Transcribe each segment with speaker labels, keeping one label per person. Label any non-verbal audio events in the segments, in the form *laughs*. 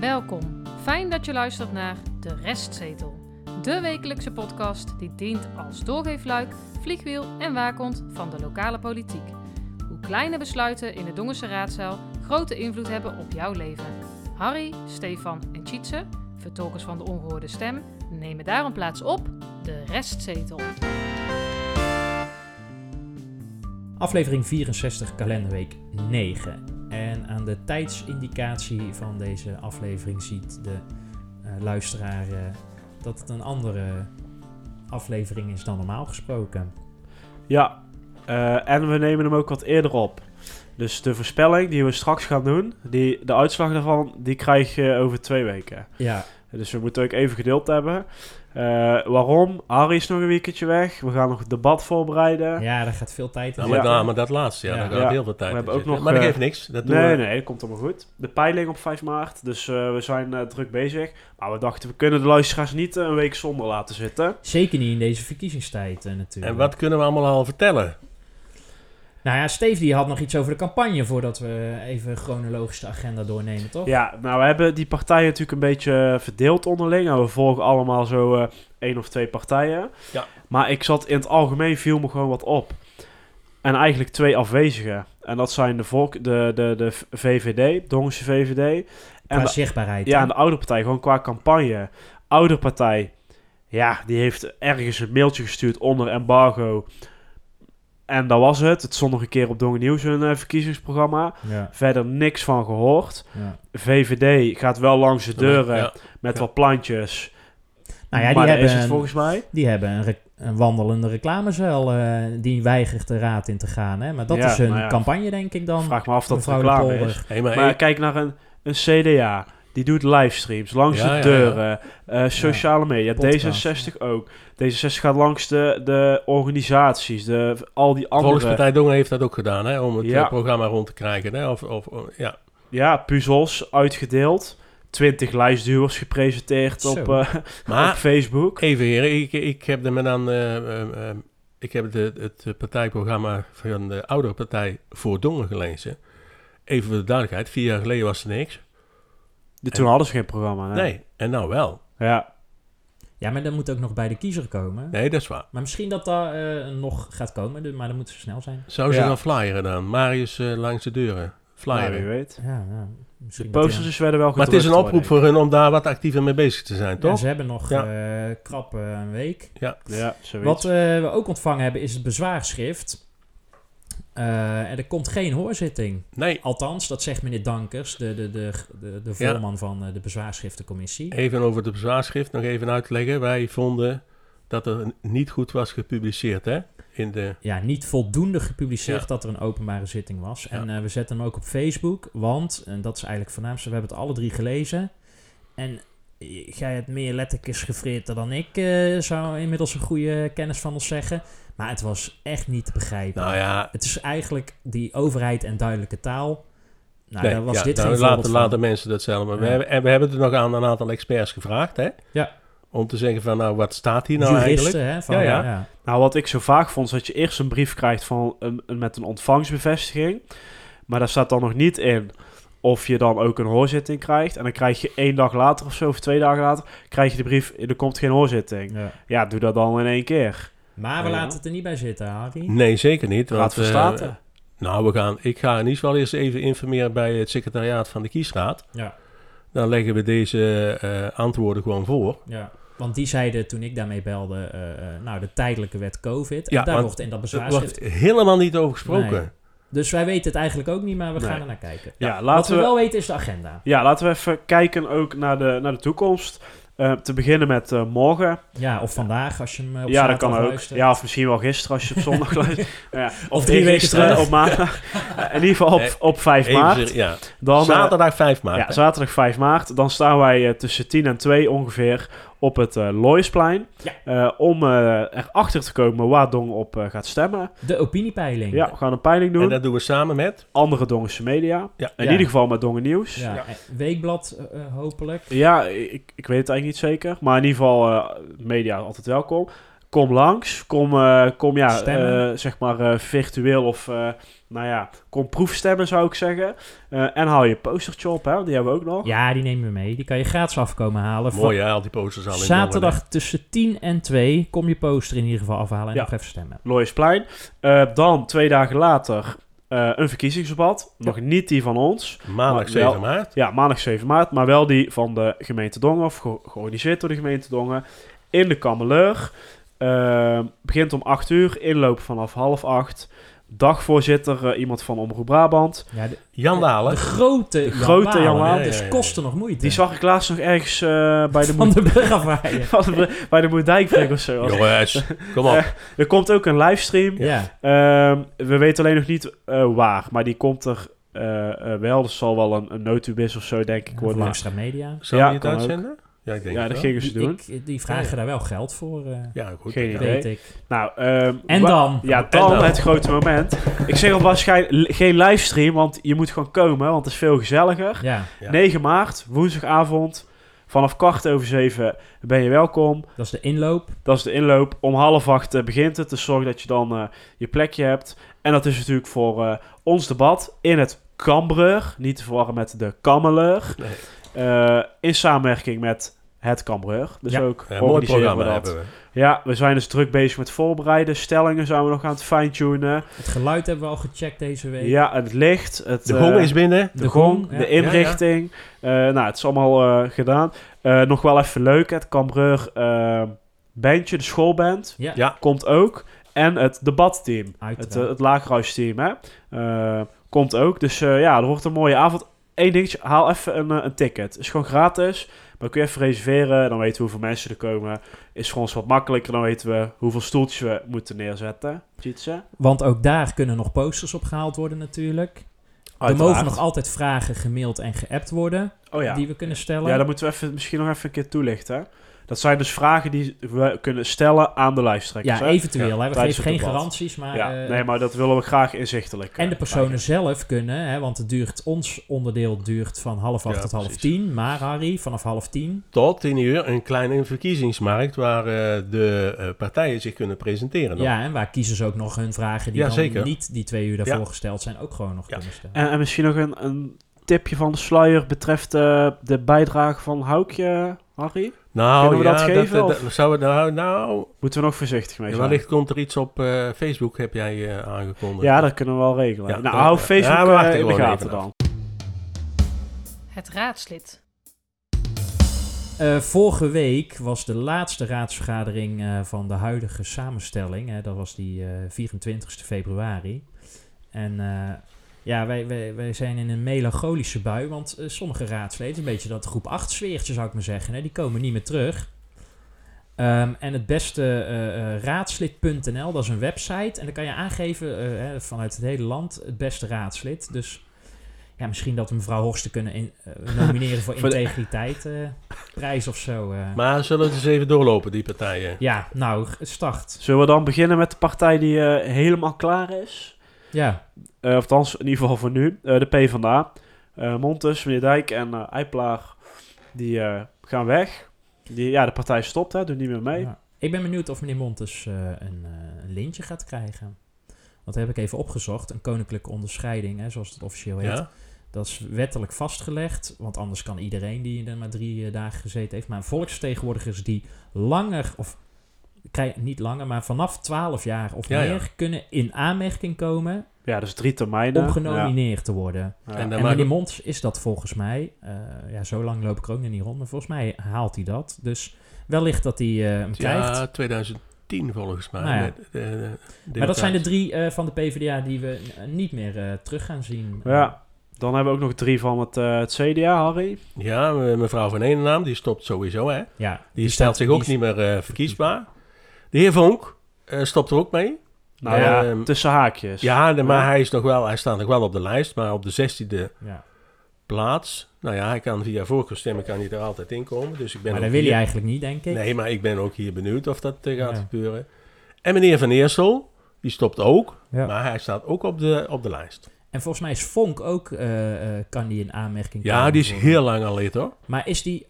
Speaker 1: Welkom. Fijn dat je luistert naar De Restzetel. De wekelijkse podcast die dient als doorgeefluik, vliegwiel en waakhond van de lokale politiek. Hoe kleine besluiten in de Dongense raadzaal grote invloed hebben op jouw leven. Harry, Stefan en Tjitse, vertolkers van de ongehoorde stem, nemen daarom plaats op De Restzetel.
Speaker 2: Aflevering 64, kalenderweek 9. En aan de tijdsindicatie van deze aflevering ziet de eh, luisteraar eh, dat het een andere aflevering is dan normaal gesproken.
Speaker 3: Ja, eh, en we nemen hem ook wat eerder op. Dus de voorspelling die we straks gaan doen, die, de uitslag daarvan, die krijg je over twee weken.
Speaker 2: Ja,
Speaker 3: Dus we moeten ook even geduld hebben. Eh, waarom? Harry is nog een weekendje weg. We gaan nog het debat voorbereiden.
Speaker 2: ja daar gaat veel tijd in.
Speaker 4: Nou, maar,
Speaker 3: Ja.
Speaker 4: da- maar dat laatste, ja,
Speaker 2: Ja.
Speaker 4: daar gaat
Speaker 3: Ja.
Speaker 4: heel veel tijd
Speaker 3: We hebben
Speaker 4: in
Speaker 3: ook
Speaker 4: zitten.
Speaker 3: nog,
Speaker 4: Maar dat
Speaker 3: eh,
Speaker 4: geeft niks. Dat doen
Speaker 3: Nee,
Speaker 4: we.
Speaker 3: nee, dat komt allemaal goed. De peiling op 5 maart, dus eh, we zijn eh, druk bezig. Maar we dachten, we kunnen de luisteraars niet eh, een week zonder laten zitten.
Speaker 2: Zeker niet in deze verkiezingstijd eh, natuurlijk.
Speaker 4: En wat kunnen we allemaal al vertellen?
Speaker 2: Nou ja, Steve die had nog iets over de campagne voordat we even chronologisch de agenda doornemen, toch?
Speaker 3: Ja, nou, we hebben die partijen natuurlijk een beetje eh, verdeeld onderling. En we volgen allemaal zo eh, één of twee partijen.
Speaker 4: Ja.
Speaker 3: Maar ik zat in het algemeen, viel me gewoon wat op. En eigenlijk twee afwezigen. En dat zijn de, volk, de, de, de V- VVD, Dongense VVD. En
Speaker 2: Qua
Speaker 3: de,
Speaker 2: zichtbaarheid.
Speaker 3: ja,
Speaker 2: hè?
Speaker 3: en de oudere partij, gewoon qua campagne. Oudere partij, ja, die heeft ergens een mailtje gestuurd onder embargo. En dat was het. Het stond nog een keer op Dongen Nieuws hun eh, verkiezingsprogramma.
Speaker 2: ja,
Speaker 3: Verder niks van gehoord.
Speaker 2: ja.
Speaker 3: VVD gaat wel langs de deuren
Speaker 4: Ja.
Speaker 3: met
Speaker 4: ja.
Speaker 3: wat plantjes.
Speaker 2: Nou ja, die
Speaker 3: maar dat
Speaker 2: hebben
Speaker 3: is het
Speaker 2: een-
Speaker 3: volgens mij.
Speaker 2: Die hebben een, rec- een wandelende reclamezuil. eh, die weigert de raad in te gaan. Hè? Maar dat
Speaker 3: Ja,
Speaker 2: is hun
Speaker 3: nou ja.
Speaker 2: campagne, denk ik dan.
Speaker 3: Vraag me af of dat
Speaker 2: mevrouw
Speaker 3: reclame
Speaker 2: Lepolder.
Speaker 3: is.
Speaker 4: Hey, maar
Speaker 3: Maar
Speaker 4: één-
Speaker 3: kijk naar een, een CDA. Die doet livestreams langs
Speaker 4: Ja,
Speaker 3: de
Speaker 4: ja,
Speaker 3: deuren, eh, sociale media,
Speaker 2: Podcast,
Speaker 3: D66 ook. D66 gaat langs de, de organisaties, de, al die
Speaker 4: de
Speaker 3: andere...
Speaker 4: Volkspartij Dongen heeft dat ook gedaan, hè, om het
Speaker 3: Ja.
Speaker 4: eh, programma rond te krijgen. Hè, of, of, of- ja.
Speaker 3: Ja, puzzels uitgedeeld. 20 lijstduwers gepresenteerd
Speaker 2: Zo.
Speaker 3: op, eh, op
Speaker 4: Maar
Speaker 3: Facebook.
Speaker 4: even heren, ik, ik heb de men aan... eh, eh, eh, ik heb de, het partijprogramma van de oudere partij voor Dongen gelezen. Even voor de duidelijkheid, vier jaar geleden was er niks.
Speaker 3: De, toen hadden ze geen programma. hè?
Speaker 4: Nee, en nou wel.
Speaker 3: Ja,
Speaker 2: Ja, maar dat moet ook nog bij de kiezer komen.
Speaker 4: Nee, dat is waar.
Speaker 2: Maar misschien dat dat eh, nog gaat komen. dus- Maar dan moeten ze snel zijn.
Speaker 4: Zou ze
Speaker 3: Ja.
Speaker 4: gaan flyeren dan? Marius eh, langs de deuren.
Speaker 3: nou, wie
Speaker 4: Flyeren.
Speaker 3: weet.
Speaker 2: Ja, ja, misschien
Speaker 3: De
Speaker 2: dat
Speaker 3: posters
Speaker 2: die-
Speaker 3: dus werden wel
Speaker 4: maar het is een
Speaker 3: gedrukt, hoor,
Speaker 4: oproep voor hun om daar wat actiever mee bezig te zijn,
Speaker 2: Ja,
Speaker 4: toch?
Speaker 2: ze hebben nog
Speaker 4: Ja.
Speaker 2: eh, krap eh, een week.
Speaker 3: denk ik. Ja, zoiets.
Speaker 2: Wat eh, we ook ontvangen hebben is het bezwaarschrift. Eh, en er komt geen hoorzitting.
Speaker 4: Nee,
Speaker 2: Althans, dat zegt meneer Dankers, de, de, de, de, de
Speaker 4: Ja.
Speaker 2: voorman van eh, de bezwaarschriftencommissie.
Speaker 4: even over de bezwaarschrift nog even uitleggen. Wij vonden dat er niet goed was gepubliceerd, hè? In de...
Speaker 2: ja, niet voldoende gepubliceerd
Speaker 4: Ja.
Speaker 2: dat er een openbare zitting was.
Speaker 4: Ja.
Speaker 2: En eh, we zetten hem ook op Facebook, want, en dat is eigenlijk het voornaamste, we hebben het alle drie gelezen. En eh, jij hebt meer lettertjes gefritten dan ik, eh, zou inmiddels een goede kennis van ons zeggen. Maar het was echt niet te begrijpen.
Speaker 4: Nou ja,
Speaker 2: Het is eigenlijk die overheid en duidelijke taal. Nou,
Speaker 4: nee,
Speaker 2: daar was
Speaker 4: ja,
Speaker 2: dit
Speaker 4: nou,
Speaker 2: geen
Speaker 4: laten,
Speaker 2: voorbeeld
Speaker 4: laten
Speaker 2: van.
Speaker 4: mensen dat zelf. Maar we,
Speaker 2: Ja.
Speaker 4: hebben, en we hebben het nog aan een aantal experts gevraagd, hè?
Speaker 2: Ja.
Speaker 4: Om te zeggen van, nou, wat staat hier nou eigenlijk?
Speaker 2: Juristen, hè? Van,
Speaker 4: Ja, ja.
Speaker 3: Nou, wat ik zo vaak vond, is dat je eerst een brief krijgt van een, een- met een ontvangstbevestiging. Maar daar staat dan nog niet in of je dan ook een hoorzitting krijgt. En dan krijg je één dag later of zo, of twee dagen later, krijg je de brief, er komt geen hoorzitting.
Speaker 2: Ja.
Speaker 3: Ja, doe dat dan in één keer.
Speaker 2: Maar we
Speaker 3: Ja.
Speaker 2: laten het er niet bij zitten, Harry.
Speaker 4: Nee, zeker niet.
Speaker 3: Raad van
Speaker 4: eh,
Speaker 3: State.
Speaker 4: nou, we gaan, ik ga in ieder geval eerst even informeren bij het secretariaat van de kiesraad.
Speaker 2: Ja.
Speaker 4: Dan leggen we deze eh, antwoorden gewoon voor.
Speaker 2: Ja, want die zeiden toen ik daarmee belde, eh, eh, nou, de tijdelijke wet COVID.
Speaker 4: Ja,
Speaker 2: en daar
Speaker 4: want
Speaker 2: wordt in dat
Speaker 4: Er
Speaker 2: bezwaarschrift.
Speaker 4: wordt helemaal niet over gesproken.
Speaker 2: Nee. Dus wij weten het eigenlijk ook niet, maar we
Speaker 3: Nee.
Speaker 2: gaan er naar kijken.
Speaker 3: Ja,
Speaker 2: Wat we,
Speaker 3: laten we,
Speaker 2: wel weten is de agenda.
Speaker 3: ja, laten we even kijken ook naar de, naar de toekomst. Eh, te beginnen met eh, morgen.
Speaker 2: Ja, of vandaag als je hem eh, op
Speaker 3: ja, dat
Speaker 2: zaterdag
Speaker 3: kan ook.
Speaker 2: luistert.
Speaker 3: Ja, of misschien wel gisteren als je op
Speaker 2: *laughs*
Speaker 3: zondag luistert. Nou ja,
Speaker 2: Of drie weken
Speaker 3: gisteren,
Speaker 2: terug. Eh,
Speaker 3: Op maandag. *laughs* in ieder geval op,
Speaker 4: Nee,
Speaker 3: op 5
Speaker 4: Even
Speaker 3: maart.
Speaker 4: serieus, ja.
Speaker 3: Dan, eh,
Speaker 4: Zaterdag 5 maart.
Speaker 3: Ja,
Speaker 4: hè?
Speaker 3: zaterdag 5 maart. Dan staan wij eh, tussen 10 en 2 ongeveer op het eh Looisplein.
Speaker 2: Ja.
Speaker 3: Eh, om eh, erachter te komen waar Dong op eh, gaat stemmen.
Speaker 2: De opiniepeiling.
Speaker 3: Ja, we gaan een peiling
Speaker 4: en
Speaker 3: doen.
Speaker 4: dat doen we samen met.
Speaker 3: Andere Dongense media.
Speaker 4: Ja.
Speaker 3: In
Speaker 2: Ja.
Speaker 3: ieder geval met Dongen Nieuws. Ja,
Speaker 2: Ja, eh, Weekblad eh, eh, hopelijk.
Speaker 3: ik, ik weet het eigenlijk niet zeker. Maar in ieder geval, eh, media altijd welkom. Kom langs, kom, eh, kom ja,
Speaker 2: Stemmen.
Speaker 3: eh, zeg maar eh, virtueel of eh, nou ja, kom proefstemmen zou ik zeggen. Eh, en haal je postertje op, hè, die hebben we ook nog.
Speaker 2: Ja, die nemen we mee. Die kan je gratis afkomen halen.
Speaker 4: Mooi, hè, al die posters al in.
Speaker 2: Zaterdag tussen 10 en 2 kom je poster in ieder geval afhalen en
Speaker 3: Ja.
Speaker 2: nog even stemmen.
Speaker 3: Looisplein. Eh, dan twee dagen later eh, een verkiezingsdebat. Nog niet die van ons.
Speaker 4: Maandag
Speaker 3: Maar
Speaker 4: 7
Speaker 3: Oh, wel-
Speaker 4: maart.
Speaker 3: Ja, maandag 7 maart, maar wel die van de gemeente Dongen, of ge- georganiseerd door de gemeente Dongen, in de Kameleur. Eh, begint om 8 uur, inloop vanaf half 8. Dagvoorzitter, eh, iemand van Omroep Brabant.
Speaker 2: Ja, de,
Speaker 4: Jan Dalen.
Speaker 2: de grote
Speaker 3: De grote
Speaker 2: Jan
Speaker 3: Jan
Speaker 2: Laan,
Speaker 4: Laan. Ja,
Speaker 2: dus
Speaker 4: ja, ja.
Speaker 2: kosten nog moeite.
Speaker 3: Die zag ik laatst nog ergens eh, bij de
Speaker 2: *laughs* van
Speaker 3: Moed-
Speaker 2: de burgerwaaien.
Speaker 3: van de- *laughs* bij de Moerdijkbrug of zo.
Speaker 4: Jongens,
Speaker 3: *laughs*
Speaker 4: kom op.
Speaker 3: Er komt ook een livestream.
Speaker 2: Ja,
Speaker 3: Ehm, we weten alleen nog niet eh, waar, maar die komt er eh, eh, wel. Dat zal wel een, een notubis of zo, denk ik,
Speaker 2: ik word
Speaker 3: worden.
Speaker 2: extra media.
Speaker 4: Zou
Speaker 3: Ja,
Speaker 4: je het
Speaker 3: kan ook.
Speaker 4: uitzenden? Ja, ik denk
Speaker 3: ja,
Speaker 4: het
Speaker 3: dat
Speaker 4: wel.
Speaker 3: gingen ze
Speaker 2: Die,
Speaker 3: doen.
Speaker 2: ik, die vragen
Speaker 4: Ja, ja.
Speaker 2: daar wel geld voor, eh,
Speaker 4: Ja, goed.
Speaker 3: Geen
Speaker 4: Ja.
Speaker 3: idee.
Speaker 2: weet ik.
Speaker 3: Nou, ehm,
Speaker 2: En
Speaker 3: wa-
Speaker 2: dan?
Speaker 3: Ja,
Speaker 4: En
Speaker 3: dan
Speaker 4: dan?
Speaker 3: het grote moment. Ik zeg al waarschijnlijk geen livestream, want je moet gewoon komen, want het is veel gezelliger.
Speaker 2: Ja,
Speaker 4: Ja.
Speaker 3: 9 maart, woensdagavond, vanaf kwart over zeven ben je welkom.
Speaker 2: dat is de inloop.
Speaker 3: Dat is de inloop. Om half acht eh, begint het, dus zorg dat je dan eh, je plekje hebt. En dat is natuurlijk voor eh, ons debat in het Cambreur, niet te verwarren met de Kammeleur.
Speaker 4: Nee.
Speaker 3: Eh, in samenwerking met het Cambreur. Dus
Speaker 2: Ja.
Speaker 3: ook
Speaker 4: Ja, mooi
Speaker 3: organiseren
Speaker 4: programma
Speaker 3: we dat.
Speaker 4: hebben we.
Speaker 3: Ja, we zijn dus druk bezig met voorbereiden. Stellingen zijn we nog aan het fine-tunen.
Speaker 2: Het geluid hebben we al gecheckt deze week.
Speaker 3: Ja, en het licht. Het,
Speaker 4: De
Speaker 3: eh,
Speaker 4: gong is binnen.
Speaker 3: de gong,
Speaker 2: ja.
Speaker 3: de inrichting. Eh, nou, het is allemaal eh, gedaan. Eh, nog wel even leuk, het Cambreur eh, bandje, de schoolband,
Speaker 2: Ja,
Speaker 4: Ja.
Speaker 3: komt ook. En het debatteam,
Speaker 2: uiteraard.
Speaker 3: het, eh, het lagerhuisteam, hè, eh, komt ook. Dus eh, ja, er wordt een mooie avond. Eén dingetje, haal even een, eh, een ticket. Is gewoon gratis, maar kun je even reserveren. Dan weten we hoeveel mensen er komen. Is voor ons wat makkelijker, dan weten we hoeveel stoeltjes we moeten neerzetten. Ziet ze?
Speaker 2: Want ook daar kunnen nog posters opgehaald worden natuurlijk. Er mogen nog altijd vragen gemaild en geappt worden
Speaker 3: Oh ja.
Speaker 2: die we kunnen stellen.
Speaker 3: Ja, dat moeten we even, misschien nog even een keer toelichten. hè. Dat zijn dus vragen die we kunnen stellen aan de lijsttrekkers.
Speaker 2: Ja,
Speaker 3: hè?
Speaker 2: eventueel.
Speaker 3: Ja,
Speaker 2: hè. We
Speaker 3: tijdens
Speaker 2: geven
Speaker 3: het
Speaker 2: geen
Speaker 3: debat.
Speaker 2: garanties, maar...
Speaker 3: ja,
Speaker 2: eh,
Speaker 3: nee, maar dat willen we graag inzichtelijk.
Speaker 2: En de
Speaker 3: eh,
Speaker 2: personen
Speaker 3: maken.
Speaker 2: zelf kunnen, hè, want het duurt, ons onderdeel duurt van half acht
Speaker 4: Ja,
Speaker 2: tot half
Speaker 4: precies.
Speaker 2: tien. Maar Harry, vanaf half tien.
Speaker 4: Tot 10 uur een kleine verkiezingsmarkt waar eh, de eh, partijen zich kunnen presenteren.
Speaker 2: Ja, en waar kiezen ze ook nog hun vragen die
Speaker 4: Ja,
Speaker 2: dan
Speaker 4: zeker.
Speaker 2: niet die twee uur daarvoor
Speaker 4: Ja.
Speaker 2: gesteld zijn, ook gewoon nog
Speaker 4: Ja.
Speaker 2: kunnen stellen.
Speaker 3: En, en misschien nog een, een tipje van de sluier betreft eh, de bijdrage van Houkje, Harry.
Speaker 4: Nou,
Speaker 3: Kunnen we
Speaker 4: ja,
Speaker 3: dat geven,
Speaker 4: eh,
Speaker 3: of?
Speaker 4: dat- zou het nou, nou
Speaker 3: Moeten we nog voorzichtig mee zijn.
Speaker 4: wellicht komt er iets op eh, Facebook, heb jij eh, aangekondigd.
Speaker 3: Ja, dat kunnen we wel regelen.
Speaker 4: Ja,
Speaker 3: nou,
Speaker 4: dat-
Speaker 3: hou
Speaker 4: ja,
Speaker 3: Facebook
Speaker 4: we wachten
Speaker 3: eh, in de
Speaker 4: gewoon
Speaker 3: gaten
Speaker 4: even
Speaker 3: dan.
Speaker 1: Het raadslid.
Speaker 2: Eh, vorige week was de laatste raadsvergadering eh, van de huidige samenstelling. Hè, dat was die eh 24 februari. En eh, ja, wij, wij, wij zijn in een melancholische bui. Want eh, sommige raadsleden, een beetje dat groep 8 sfeertje zou ik maar zeggen, hè, die komen niet meer terug. Ehm, en het beste eh, eh, raadslid.nl, dat is een website. En dan kan je aangeven eh, hè, vanuit het hele land het beste raadslid. Dus ja, misschien dat we mevrouw Horsten kunnen in- eh, nomineren voor
Speaker 3: Voor de-
Speaker 2: integriteit. eh, prijs of zo. eh.
Speaker 4: Maar zullen we het eens even doorlopen, die partijen?
Speaker 2: ja, nou, g- start.
Speaker 3: Zullen we dan beginnen met de partij die eh, helemaal klaar is?
Speaker 2: Ja,
Speaker 3: Eh, althans, in ieder geval voor nu. Eh, de PvdA. Eh Montes, meneer Dijk en eh Eiplaar, die eh, gaan weg. Die, ja, de partij stopt, hè, doet niet meer mee.
Speaker 2: Ja. Ik ben benieuwd of meneer Montes eh, een, eh, een lintje gaat krijgen. Want dat heb ik even opgezocht. Een koninklijke onderscheiding, hè, zoals het officieel heet.
Speaker 4: Ja?
Speaker 2: Dat is wettelijk vastgelegd. Want anders kan iedereen die er maar drie eh, dagen gezeten heeft. Maar volksvertegenwoordigers die langer, of krij- niet langer, maar vanaf 12 jaar of
Speaker 4: Ja, ja.
Speaker 2: meer kunnen in aanmerking komen
Speaker 3: Ja, dus drie termijnen.
Speaker 2: om genomineerd te worden.
Speaker 3: Ja, ja.
Speaker 4: En eh, dan
Speaker 2: En
Speaker 4: maken-
Speaker 2: meneer Mons is dat volgens mij. eh, ja, zo lang loop ik er ook nog niet rond. Maar volgens mij haalt hij dat. Dus wellicht dat hij eh, hem krijgt.
Speaker 4: Ja, 2010 volgens mij.
Speaker 2: Nou ja.
Speaker 4: met, eh, eh,
Speaker 2: Maar dat
Speaker 4: Democraten.
Speaker 2: zijn de drie eh, van de PvdA die we eh, niet meer eh, terug gaan zien.
Speaker 3: Ja. Dan hebben we ook nog drie van het, eh, het CDA, Harry.
Speaker 4: Ja, me- mevrouw van Enenaam, die stopt sowieso, hè. Die,
Speaker 2: ja
Speaker 4: stelt zich ook niet meer eh, verkiesbaar. De heer Vonk eh, stopt er ook mee.
Speaker 3: Nou ja,
Speaker 4: Ehm,
Speaker 3: tussen haakjes.
Speaker 4: Ja, de-
Speaker 3: Ja.
Speaker 4: maar hij, is nog wel, hij staat nog wel op de lijst, maar op de 16e
Speaker 2: Ja.
Speaker 4: plaats. Nou ja, hij kan via voorkeurstemmen kan hij er altijd in komen. Dus ik ben
Speaker 2: Maar
Speaker 4: ook
Speaker 2: dat wil
Speaker 4: hier-
Speaker 2: hij eigenlijk niet, denk ik.
Speaker 4: Nee, maar ik ben ook hier benieuwd of dat eh, gaat
Speaker 2: Ja.
Speaker 4: gebeuren. En meneer Van Eersel, die stopt ook.
Speaker 2: Ja.
Speaker 4: Maar hij staat ook op de, op de lijst.
Speaker 2: En volgens mij is Vonk ook, eh, eh, kan die in aanmerking
Speaker 4: Ja,
Speaker 2: komen
Speaker 4: die is
Speaker 2: voor-
Speaker 4: heel lang al lid hoor.
Speaker 2: Maar is die...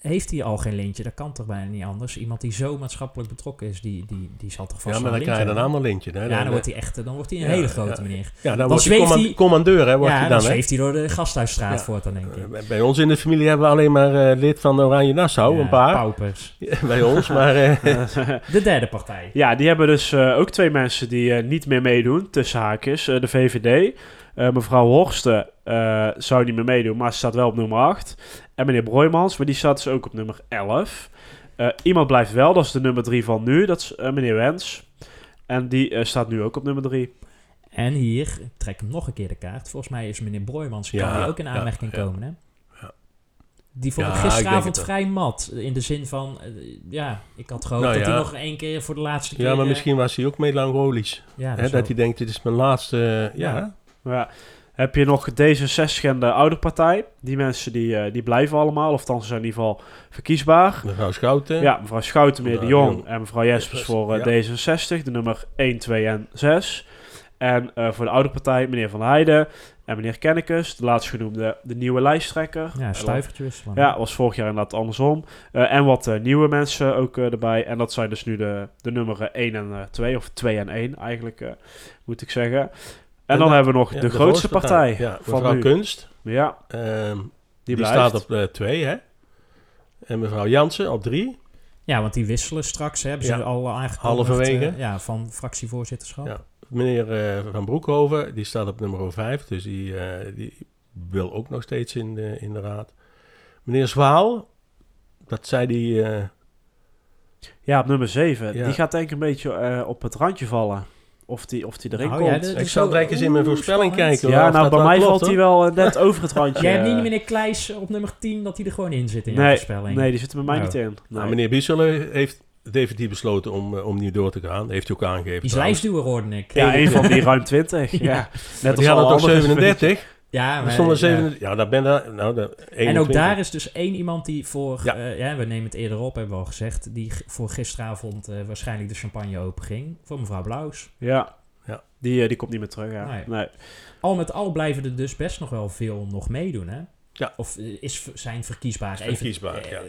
Speaker 2: heeft hij al geen lintje. Dat kan toch bijna niet anders. Iemand die zo maatschappelijk betrokken is, die, die, die zal toch vast
Speaker 4: Ja, maar
Speaker 2: wel
Speaker 4: dan
Speaker 2: een
Speaker 4: krijg je
Speaker 2: lintje
Speaker 4: een ander lintje. Hè?
Speaker 2: hebben. Ja, dan wordt hij echt, dan wordt hij een
Speaker 4: Ja,
Speaker 2: hele grote
Speaker 4: ja.
Speaker 2: meneer.
Speaker 4: ja, dan
Speaker 2: dan
Speaker 4: wordt hij
Speaker 2: zweeft
Speaker 4: command-
Speaker 2: hij-
Speaker 4: commandeur, hè, wordt
Speaker 2: ja,
Speaker 4: hij
Speaker 2: dan
Speaker 4: dan, hè?
Speaker 2: zweeft hij door de gasthuisstraat
Speaker 4: Ja.
Speaker 2: voort dan, denk ik.
Speaker 4: Bij- Bij ons in de familie hebben we alleen maar eh, lid van de Oranje Nassau,
Speaker 2: Ja,
Speaker 4: Nou, een *laughs* paar.
Speaker 2: Paupers.
Speaker 4: Bij ons, maar...
Speaker 2: *laughs*
Speaker 4: eh,
Speaker 2: De derde partij.
Speaker 3: Ja, die hebben dus eh, ook twee mensen die eh, niet meer meedoen, tussen haakjes. Eh, de VVD, eh, mevrouw Horsten eh, zou niet meer meedoen, maar ze staat wel op nummer 8. En meneer Broijmans, maar die staat dus ook op nummer 11. Eh, iemand blijft wel, dat is de nummer 3 van nu, dat is eh, meneer Wens. En die eh, staat nu ook op nummer 3.
Speaker 2: En hier, ik trek hem nog een keer de kaart. Volgens mij is meneer Broijmans, kan
Speaker 4: Ja,
Speaker 2: die ook in
Speaker 4: ja,
Speaker 2: aanmerking
Speaker 4: ja.
Speaker 2: komen, hè?
Speaker 4: Ja.
Speaker 2: Die vond
Speaker 4: Ja,
Speaker 2: ik
Speaker 4: ik denk
Speaker 2: gisteravond
Speaker 4: het wel.
Speaker 2: vrij mat. In de zin van, eh, ja, ik had gehoopt
Speaker 4: Nou
Speaker 2: dat hij
Speaker 4: ja.
Speaker 2: nog één keer voor de laatste keer...
Speaker 4: ja, maar
Speaker 2: eh,
Speaker 4: misschien was hij ook melancholisch.
Speaker 2: ja,
Speaker 4: hè,
Speaker 2: zou-
Speaker 4: dat hij denkt, dit is mijn laatste... eh, ja,
Speaker 3: Ja. Ja. Heb je nog D66 en de ouderpartij? Die mensen die, eh, die blijven allemaal, of dan zijn in ieder geval verkiesbaar.
Speaker 4: mevrouw Schouten.
Speaker 3: Ja, mevrouw Schouten, meneer de
Speaker 4: Mevrouw
Speaker 3: Jong
Speaker 4: de Jong.
Speaker 3: en mevrouw Jespers
Speaker 4: Jespers,
Speaker 3: voor eh, D66, de nummer 1, 2 en 6. En eh, voor de oude partij meneer Van Heijden en meneer Kennekes, de laatst genoemde de nieuwe lijsttrekker.
Speaker 2: Ja, stuivertje wisselen.
Speaker 3: Ja, was vorig jaar inderdaad andersom. Eh, en wat eh, nieuwe mensen ook eh, erbij. En dat zijn dus nu de, de nummeren 1 en eh, 2, of 2 en 1 eigenlijk, eh, moet ik zeggen. En,
Speaker 4: En
Speaker 3: dan
Speaker 4: de-
Speaker 3: hebben we nog
Speaker 4: Ja,
Speaker 3: de, grootste partij,
Speaker 4: Ja, mevrouw
Speaker 3: van nu.
Speaker 4: Kunst.
Speaker 3: Ja,
Speaker 4: ehm,
Speaker 3: die,
Speaker 4: die
Speaker 3: blijft.
Speaker 4: staat op eh, twee, hè. En mevrouw Jansen op drie.
Speaker 2: Ja, want die wisselen straks. Hè, hebben ze
Speaker 4: Ja.
Speaker 2: al aangekondigd.
Speaker 4: Halverwege.
Speaker 2: eh, ja, van fractievoorzitterschap.
Speaker 4: Ja. Meneer eh, Van Broekhoven, die staat op nummer 5, dus die, eh, die wil ook nog steeds in de, in de raad. Meneer Zwaal, dat zei die. eh,
Speaker 2: Oh
Speaker 3: Ja, op nummer 7.
Speaker 4: Ja.
Speaker 3: Die gaat denk ik een beetje eh, op het randje vallen. Of die, of die erin
Speaker 2: Oh,
Speaker 3: komt.
Speaker 2: ja, dat-
Speaker 4: ik
Speaker 2: is
Speaker 4: zal
Speaker 2: zo-
Speaker 4: direct eens in mijn
Speaker 2: oeh,
Speaker 4: voorspelling
Speaker 2: spannend.
Speaker 4: kijken.
Speaker 3: Ja,
Speaker 4: of
Speaker 3: nou
Speaker 4: dat
Speaker 3: bij
Speaker 4: wel
Speaker 3: mij
Speaker 4: klopt,
Speaker 3: valt
Speaker 4: hoor.
Speaker 3: hij wel eh, net over het randje.
Speaker 2: *laughs* Jij hebt niet
Speaker 3: eh.
Speaker 2: meneer Kleijs op nummer 10 dat hij er gewoon in zit in
Speaker 3: Nee,
Speaker 2: de spelling.
Speaker 3: nee, die zitten bij mij
Speaker 2: Oh.
Speaker 3: niet in. Nee.
Speaker 4: Nou, meneer Bisselen heeft definitief besloten om, eh, om niet door te gaan. Heeft hij ook aangegeven.
Speaker 2: Die is
Speaker 4: trouwens.
Speaker 2: lijstduwer, hoorde ik.
Speaker 3: ja, een van die
Speaker 4: *laughs*
Speaker 3: ruim 20. ja.
Speaker 2: Ja.
Speaker 3: Net
Speaker 4: Die
Speaker 3: alle
Speaker 4: hadden toch
Speaker 3: andere
Speaker 4: 37?
Speaker 2: Ja,
Speaker 4: Er
Speaker 2: maar,
Speaker 4: stonden
Speaker 2: ja.
Speaker 4: 37. Ja, daar ben daar. Nou, daar
Speaker 2: En ook
Speaker 4: 21.
Speaker 2: daar is dus één iemand die voor...
Speaker 4: Ja.
Speaker 2: Ja. ja, we nemen het eerder op, hebben we al gezegd. Die g- voor gisteravond eh, waarschijnlijk de champagne openging. Voor mevrouw Blauws.
Speaker 3: Ja.
Speaker 4: Ja.
Speaker 3: Die, eh, die komt niet meer terug, ja.
Speaker 2: Nee.
Speaker 3: Nee.
Speaker 2: Al met al blijven er dus best nog wel veel nog meedoen, hè?
Speaker 4: Ja.
Speaker 2: Of eh, is, v- zijn verkiesbaar.
Speaker 4: Is verkiesbaar,
Speaker 2: even,
Speaker 4: ja.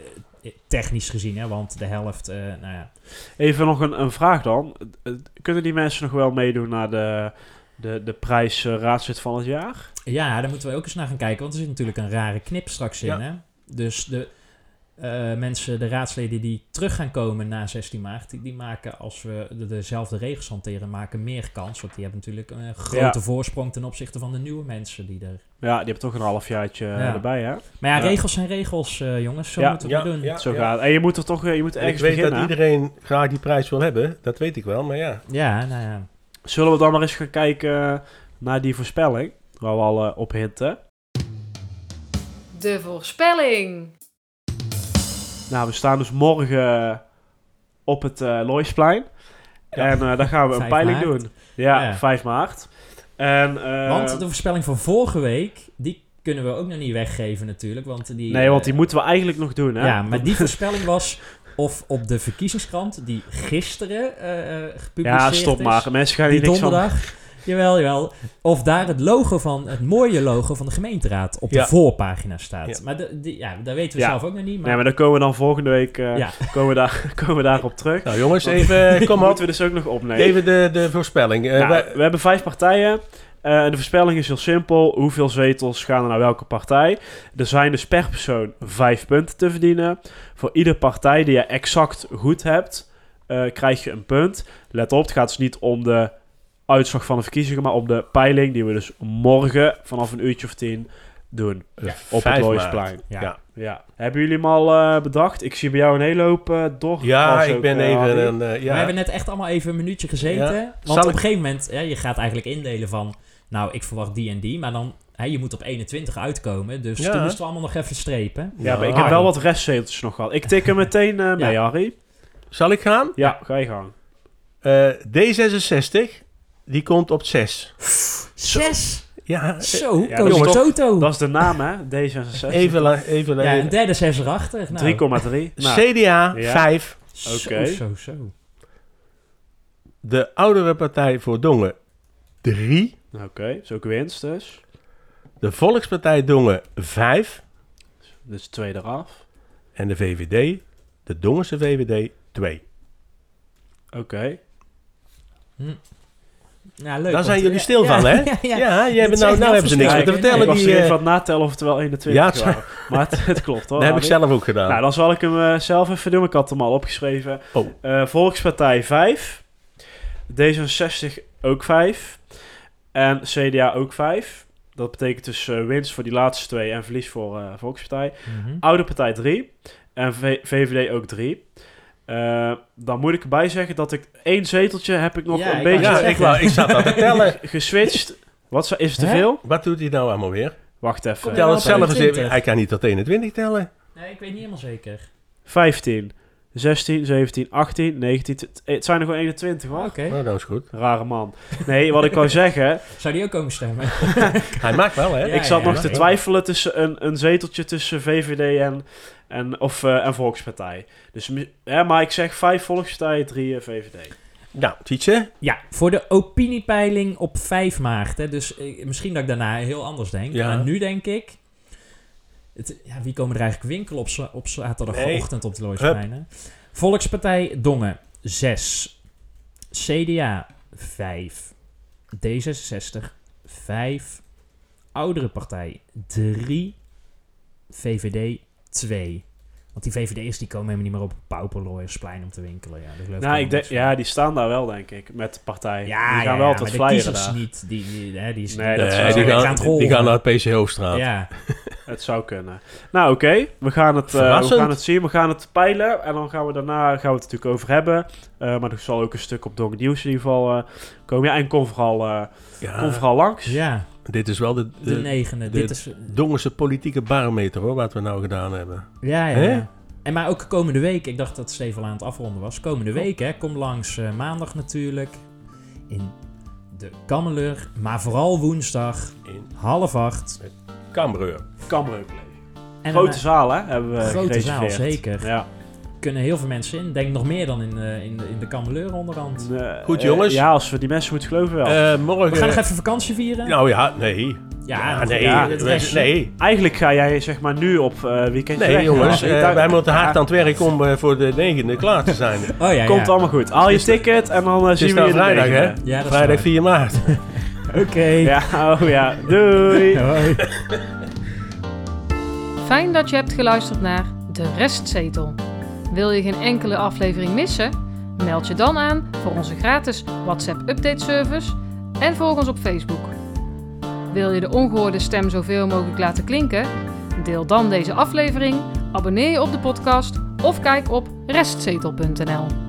Speaker 2: eh, Technisch gezien, hè? Want de helft, eh, nou ja...
Speaker 3: Even nog een, een vraag dan. Eh, eh, Kunnen die mensen nog wel meedoen naar de, de, de prijs eh, raadslid van het jaar?
Speaker 2: Ja, daar moeten we ook eens naar gaan kijken. Want er zit natuurlijk een rare knip straks in.
Speaker 4: Ja.
Speaker 2: Hè? Dus de eh, mensen, de raadsleden die terug gaan komen na 16 maart, die, die maken, als we de, dezelfde regels hanteren, maken meer kans. Want die hebben natuurlijk een eh, grote voorsprong ten opzichte van de nieuwe mensen die er.
Speaker 3: Ja, die hebben toch een halfjaartje eh,
Speaker 2: Ja.
Speaker 3: erbij, hè?
Speaker 2: Maar ja,
Speaker 3: Ja.
Speaker 2: regels zijn regels, eh, jongens. Zo
Speaker 3: Ja,
Speaker 2: moeten we het doen. Ja.
Speaker 3: Zo
Speaker 4: ja.
Speaker 3: gaat En je moet er toch eh, je moet
Speaker 4: En Ik
Speaker 3: ergens
Speaker 4: weet
Speaker 3: beginnen.
Speaker 4: dat
Speaker 3: hè?
Speaker 4: iedereen graag die prijs wil hebben. Dat weet ik wel, maar ja.
Speaker 2: nou ja.
Speaker 3: Zullen we dan maar eens gaan kijken eh, naar die voorspelling? Waar we al eh, op hinten.
Speaker 1: De voorspelling.
Speaker 3: Nou, we staan dus morgen op het eh Loisplein.
Speaker 2: Ja.
Speaker 3: En eh daar gaan we een
Speaker 2: 5
Speaker 3: peiling
Speaker 2: maart.
Speaker 3: doen. Ja,
Speaker 2: Ja.
Speaker 3: 5 maart. En, eh,
Speaker 2: Want de voorspelling van vorige week, die kunnen we ook nog niet weggeven natuurlijk. Want die,
Speaker 3: nee, want die
Speaker 2: eh,
Speaker 3: moeten we eigenlijk nog doen, hè?
Speaker 2: Ja, maar
Speaker 3: *laughs*
Speaker 2: die voorspelling was of op de verkiezingskrant die gisteren eh, eh, gepubliceerd
Speaker 3: Ja, stop
Speaker 2: is,
Speaker 3: maar. Mensen gaan
Speaker 2: Die
Speaker 3: hier niks van...
Speaker 2: donderdag. Jawel, jawel. Of daar het logo van, het mooie logo van de gemeenteraad op
Speaker 4: Ja.
Speaker 2: de voorpagina staat.
Speaker 4: Ja.
Speaker 2: Maar de, die- ja, daar weten we
Speaker 3: Ja.
Speaker 2: zelf ook nog niet. Maar,
Speaker 3: Nee, maar dan komen we dan volgende week eh, *laughs*
Speaker 2: Ja.
Speaker 3: komen we daar, komen we daarop terug.
Speaker 4: Nou jongens, even, *laughs* eh,
Speaker 3: Dan
Speaker 4: kom op.
Speaker 3: moeten we dus ook nog opnemen.
Speaker 4: Even de, de voorspelling. Eh,
Speaker 3: Nou,
Speaker 4: wij-
Speaker 3: we hebben vijf partijen. Eh, de voorspelling is heel simpel. Hoeveel zetels gaan er naar welke partij? Er zijn dus per persoon vijf punten te verdienen. Voor iedere partij die je exact goed hebt, eh, krijg je een punt. Let op, het gaat dus niet om de uitslag van de verkiezingen, maar om de peiling die we dus morgen vanaf een uurtje of tien doen
Speaker 4: eh,
Speaker 3: op het
Speaker 4: vijf maart.
Speaker 3: Looisplein.
Speaker 2: ja.
Speaker 4: ja.
Speaker 3: Ja. Hebben jullie hem al eh, bedacht? Ik zie bij jou een hele hoop eh door.
Speaker 4: Ja,
Speaker 3: als
Speaker 4: ik
Speaker 3: ook,
Speaker 4: ben
Speaker 3: eh, Harry.
Speaker 4: even een... eh,
Speaker 2: We
Speaker 4: ja.
Speaker 2: hebben net echt allemaal even een minuutje gezeten.
Speaker 4: Ja.
Speaker 2: Want
Speaker 4: Zal
Speaker 2: op
Speaker 4: ik-
Speaker 2: een gegeven moment, hè, je gaat eigenlijk indelen van... Nou, ik verwacht die en die, maar dan... Hè, je moet op 21 uitkomen, dus
Speaker 4: Ja.
Speaker 2: toen moesten we allemaal nog even strepen.
Speaker 3: Ja, maar ik heb
Speaker 2: Harry.
Speaker 3: wel wat restzetels nog gehad. Ik tik hem meteen eh, mee, Harry.
Speaker 4: Zal ik gaan?
Speaker 3: Ja, ga je gang.
Speaker 4: Eh, D66, die komt op 6.
Speaker 2: Zes!
Speaker 4: Ja, eh,
Speaker 2: Zo,
Speaker 3: Ja,
Speaker 2: Koos
Speaker 3: dat is toch-
Speaker 2: Toto.
Speaker 3: Dat is de naam, hè? D66.
Speaker 4: even... la- even la-
Speaker 2: ja, een derde zes erachter. Nou,
Speaker 4: *laughs*
Speaker 3: 3,3. Nou,
Speaker 4: CDA,
Speaker 3: Ja.
Speaker 4: 5.
Speaker 2: zo,
Speaker 3: Oké.
Speaker 2: zo, zo.
Speaker 4: De oudere partij voor Dongen, 3.
Speaker 3: Oké, is ook winst dus.
Speaker 4: De Volkspartij Dongen, 5.
Speaker 3: Dus twee eraf.
Speaker 4: En de VVD, de Dongense VVD, 2.
Speaker 3: Oké.
Speaker 2: Ja, leuk.
Speaker 4: Daar zijn
Speaker 2: want- eh,
Speaker 4: jullie stil
Speaker 2: ja,
Speaker 4: van, hè?
Speaker 2: *laughs* Ja, ja.
Speaker 4: Ja, jij
Speaker 2: Dat
Speaker 4: bent
Speaker 2: zijn
Speaker 4: nou, nou
Speaker 2: heel
Speaker 4: hebben ze niks meer te
Speaker 3: verschillende.
Speaker 4: vertellen.
Speaker 3: ik was
Speaker 4: Die,
Speaker 3: er
Speaker 4: eh,
Speaker 3: even aan het natellen of het wel 21
Speaker 4: Ja,
Speaker 3: ja,
Speaker 4: het zijn-
Speaker 3: *laughs* Maar het, het klopt hoor.
Speaker 4: dat heb ik
Speaker 3: Harry.
Speaker 4: zelf ook gedaan.
Speaker 3: Nou, dan zal ik hem eh, zelf even doen. Ik had hem al opgeschreven.
Speaker 4: Oh.
Speaker 3: Eh, Volkspartij 5. D66 ook 5. En CDA ook 5. Dat betekent dus eh, winst voor die laatste twee en verlies voor eh, Volkspartij.
Speaker 2: Mhm.
Speaker 3: Oude Partij 3 en V- VVD ook 3. dan moet ik erbij zeggen dat ik één zeteltje heb ik nog
Speaker 2: Ja,
Speaker 3: een
Speaker 2: ik
Speaker 3: beetje
Speaker 2: wou
Speaker 4: ja,
Speaker 2: zeggen.
Speaker 4: ik, wou, ik zat aan te
Speaker 3: *laughs*
Speaker 4: tellen.
Speaker 3: geswitcht. Wat zo- is het te
Speaker 2: Hè?
Speaker 3: veel?
Speaker 4: *laughs* Wat doet hij nou allemaal weer?
Speaker 3: Wacht even.
Speaker 2: Komt
Speaker 4: Tel het
Speaker 2: wel op
Speaker 4: zelf eens
Speaker 2: 21.
Speaker 4: even. Hij kan niet tot 21 tellen.
Speaker 2: Nee, ik weet niet helemaal zeker.
Speaker 3: 15, 16, 17, 18, 19. t- Het zijn er gewoon 21 hoor.
Speaker 2: Oké.
Speaker 4: Nou, dat is goed.
Speaker 3: Rare man. Nee, wat ik wou zeggen.
Speaker 2: Zou die ook komen stemmen?
Speaker 4: Hij maakt wel, hè?
Speaker 2: Ja,
Speaker 3: ik
Speaker 2: *laughs*
Speaker 3: zat
Speaker 2: ja,
Speaker 3: nog
Speaker 2: ja.
Speaker 3: te twijfelen tussen een, een zeteltje tussen VVD en, en, of, eh, en Volkspartij. Dus, mi- hè, maar ik zeg 5 Volkspartij, 3 VVD.
Speaker 4: Nou, ziet je?
Speaker 2: Ja, voor de opiniepeiling op 5 maart. Hè, dus eh, misschien dat ik daarna heel anders denk.
Speaker 4: Ja.
Speaker 2: Maar nu denk ik... Het, ja, wie komen er eigenlijk winkelen op, za- op zaterdagochtend op de Looisplein? hè? Volkspartij Dongen, 6. CDA, 5. D66, 5. Oudere partij, 3. VVD, 2. Want die VVD'ers die komen helemaal niet meer op het Pauperlooiersplein om te winkelen. Ja, dat geloof
Speaker 3: Nou, ik
Speaker 2: helemaal
Speaker 3: denk,
Speaker 2: niks van.
Speaker 3: ja, die staan daar wel, denk ik, met de partij.
Speaker 2: Ja,
Speaker 3: die
Speaker 2: ja,
Speaker 3: gaan wel
Speaker 2: ja,
Speaker 3: tot
Speaker 2: maar de
Speaker 3: flyeren
Speaker 2: kiezers
Speaker 3: daar.
Speaker 2: niet. Die, die, hè, die is,
Speaker 3: Nee, dat is
Speaker 4: Nee,
Speaker 3: wel-
Speaker 4: die,
Speaker 3: Ik
Speaker 2: aan
Speaker 4: gaan,
Speaker 2: het rollen.
Speaker 4: die gaan naar PC Hoofdstraat.
Speaker 2: Ja,
Speaker 3: Het zou kunnen. Nou, oké. We, gaan het, eh, we
Speaker 4: Verrassend.
Speaker 3: gaan het zien. We gaan het peilen. En dan gaan we daarna gaan we het natuurlijk over hebben. Eh, maar er zal ook een stuk op Donk Nieuws in ieder geval eh, komen. Ja, en kom vooral, eh,
Speaker 4: Ja,
Speaker 3: kom vooral langs.
Speaker 2: ja,
Speaker 4: dit is wel de,
Speaker 2: de,
Speaker 4: de
Speaker 2: negende.
Speaker 4: de-
Speaker 2: dit is,
Speaker 4: Dongense politieke barometer, hoor, wat we nou gedaan hebben.
Speaker 2: ja, ja,
Speaker 4: Hè?
Speaker 2: ja. En maar ook komende week. Ik dacht dat Steven al aan het afronden was. Komende week, hè. Kom langs eh, maandag natuurlijk. In de Kammeleur. Maar vooral woensdag,
Speaker 4: In
Speaker 2: half acht.
Speaker 4: Cambreur.
Speaker 3: Kamereuk College.
Speaker 2: En eh,
Speaker 3: Grote zaal, eh, hè? Hebben we
Speaker 2: Grote zaal,
Speaker 3: gereserveerd.
Speaker 2: zeker.
Speaker 3: Ja.
Speaker 2: kunnen heel veel mensen in. Denk nog meer dan in, eh, in, de, in de Kameleur onderhand.
Speaker 3: Eh,
Speaker 4: Goed,
Speaker 3: eh,
Speaker 4: jongens.
Speaker 3: ja, als we die mensen moeten geloven wel.
Speaker 4: Eh,
Speaker 2: We gaan nog
Speaker 4: morgen...
Speaker 2: even vakantie vieren.
Speaker 4: Nou ja, nee. Ah,
Speaker 2: ja,
Speaker 4: nee.
Speaker 2: ja,
Speaker 4: we-
Speaker 2: het restje.
Speaker 4: nee.
Speaker 3: Eigenlijk ga jij zeg maar nu op eh weekend
Speaker 4: Nee,
Speaker 3: weg,
Speaker 4: jongens,
Speaker 3: maar
Speaker 4: eh,
Speaker 3: ik dacht-
Speaker 4: wij moeten hard
Speaker 3: Ja,
Speaker 4: aan het werk om eh, voor de negende klaar te zijn.
Speaker 2: Oh ja,
Speaker 3: Komt
Speaker 2: ja.
Speaker 3: allemaal goed. Haal je
Speaker 4: Het is-
Speaker 3: ticket en dan eh,
Speaker 4: Het is
Speaker 3: zien we je
Speaker 4: dan
Speaker 3: in de
Speaker 4: vrijdag, hè?
Speaker 3: negende.
Speaker 2: Ja, dat is
Speaker 4: Vrijdag
Speaker 2: waar.
Speaker 4: 4 maart.
Speaker 2: Oké.
Speaker 3: Ja, oh ja. Doei.
Speaker 2: Hoi.
Speaker 1: Fijn dat je hebt geluisterd naar De Restzetel. Wil je geen enkele aflevering missen? Meld je dan aan voor onze gratis WhatsApp-update-service en volg ons op Facebook. Wil je de ongehoorde stem zoveel mogelijk laten klinken? Deel dan deze aflevering, abonneer je op de podcast of kijk op restzetel.nl.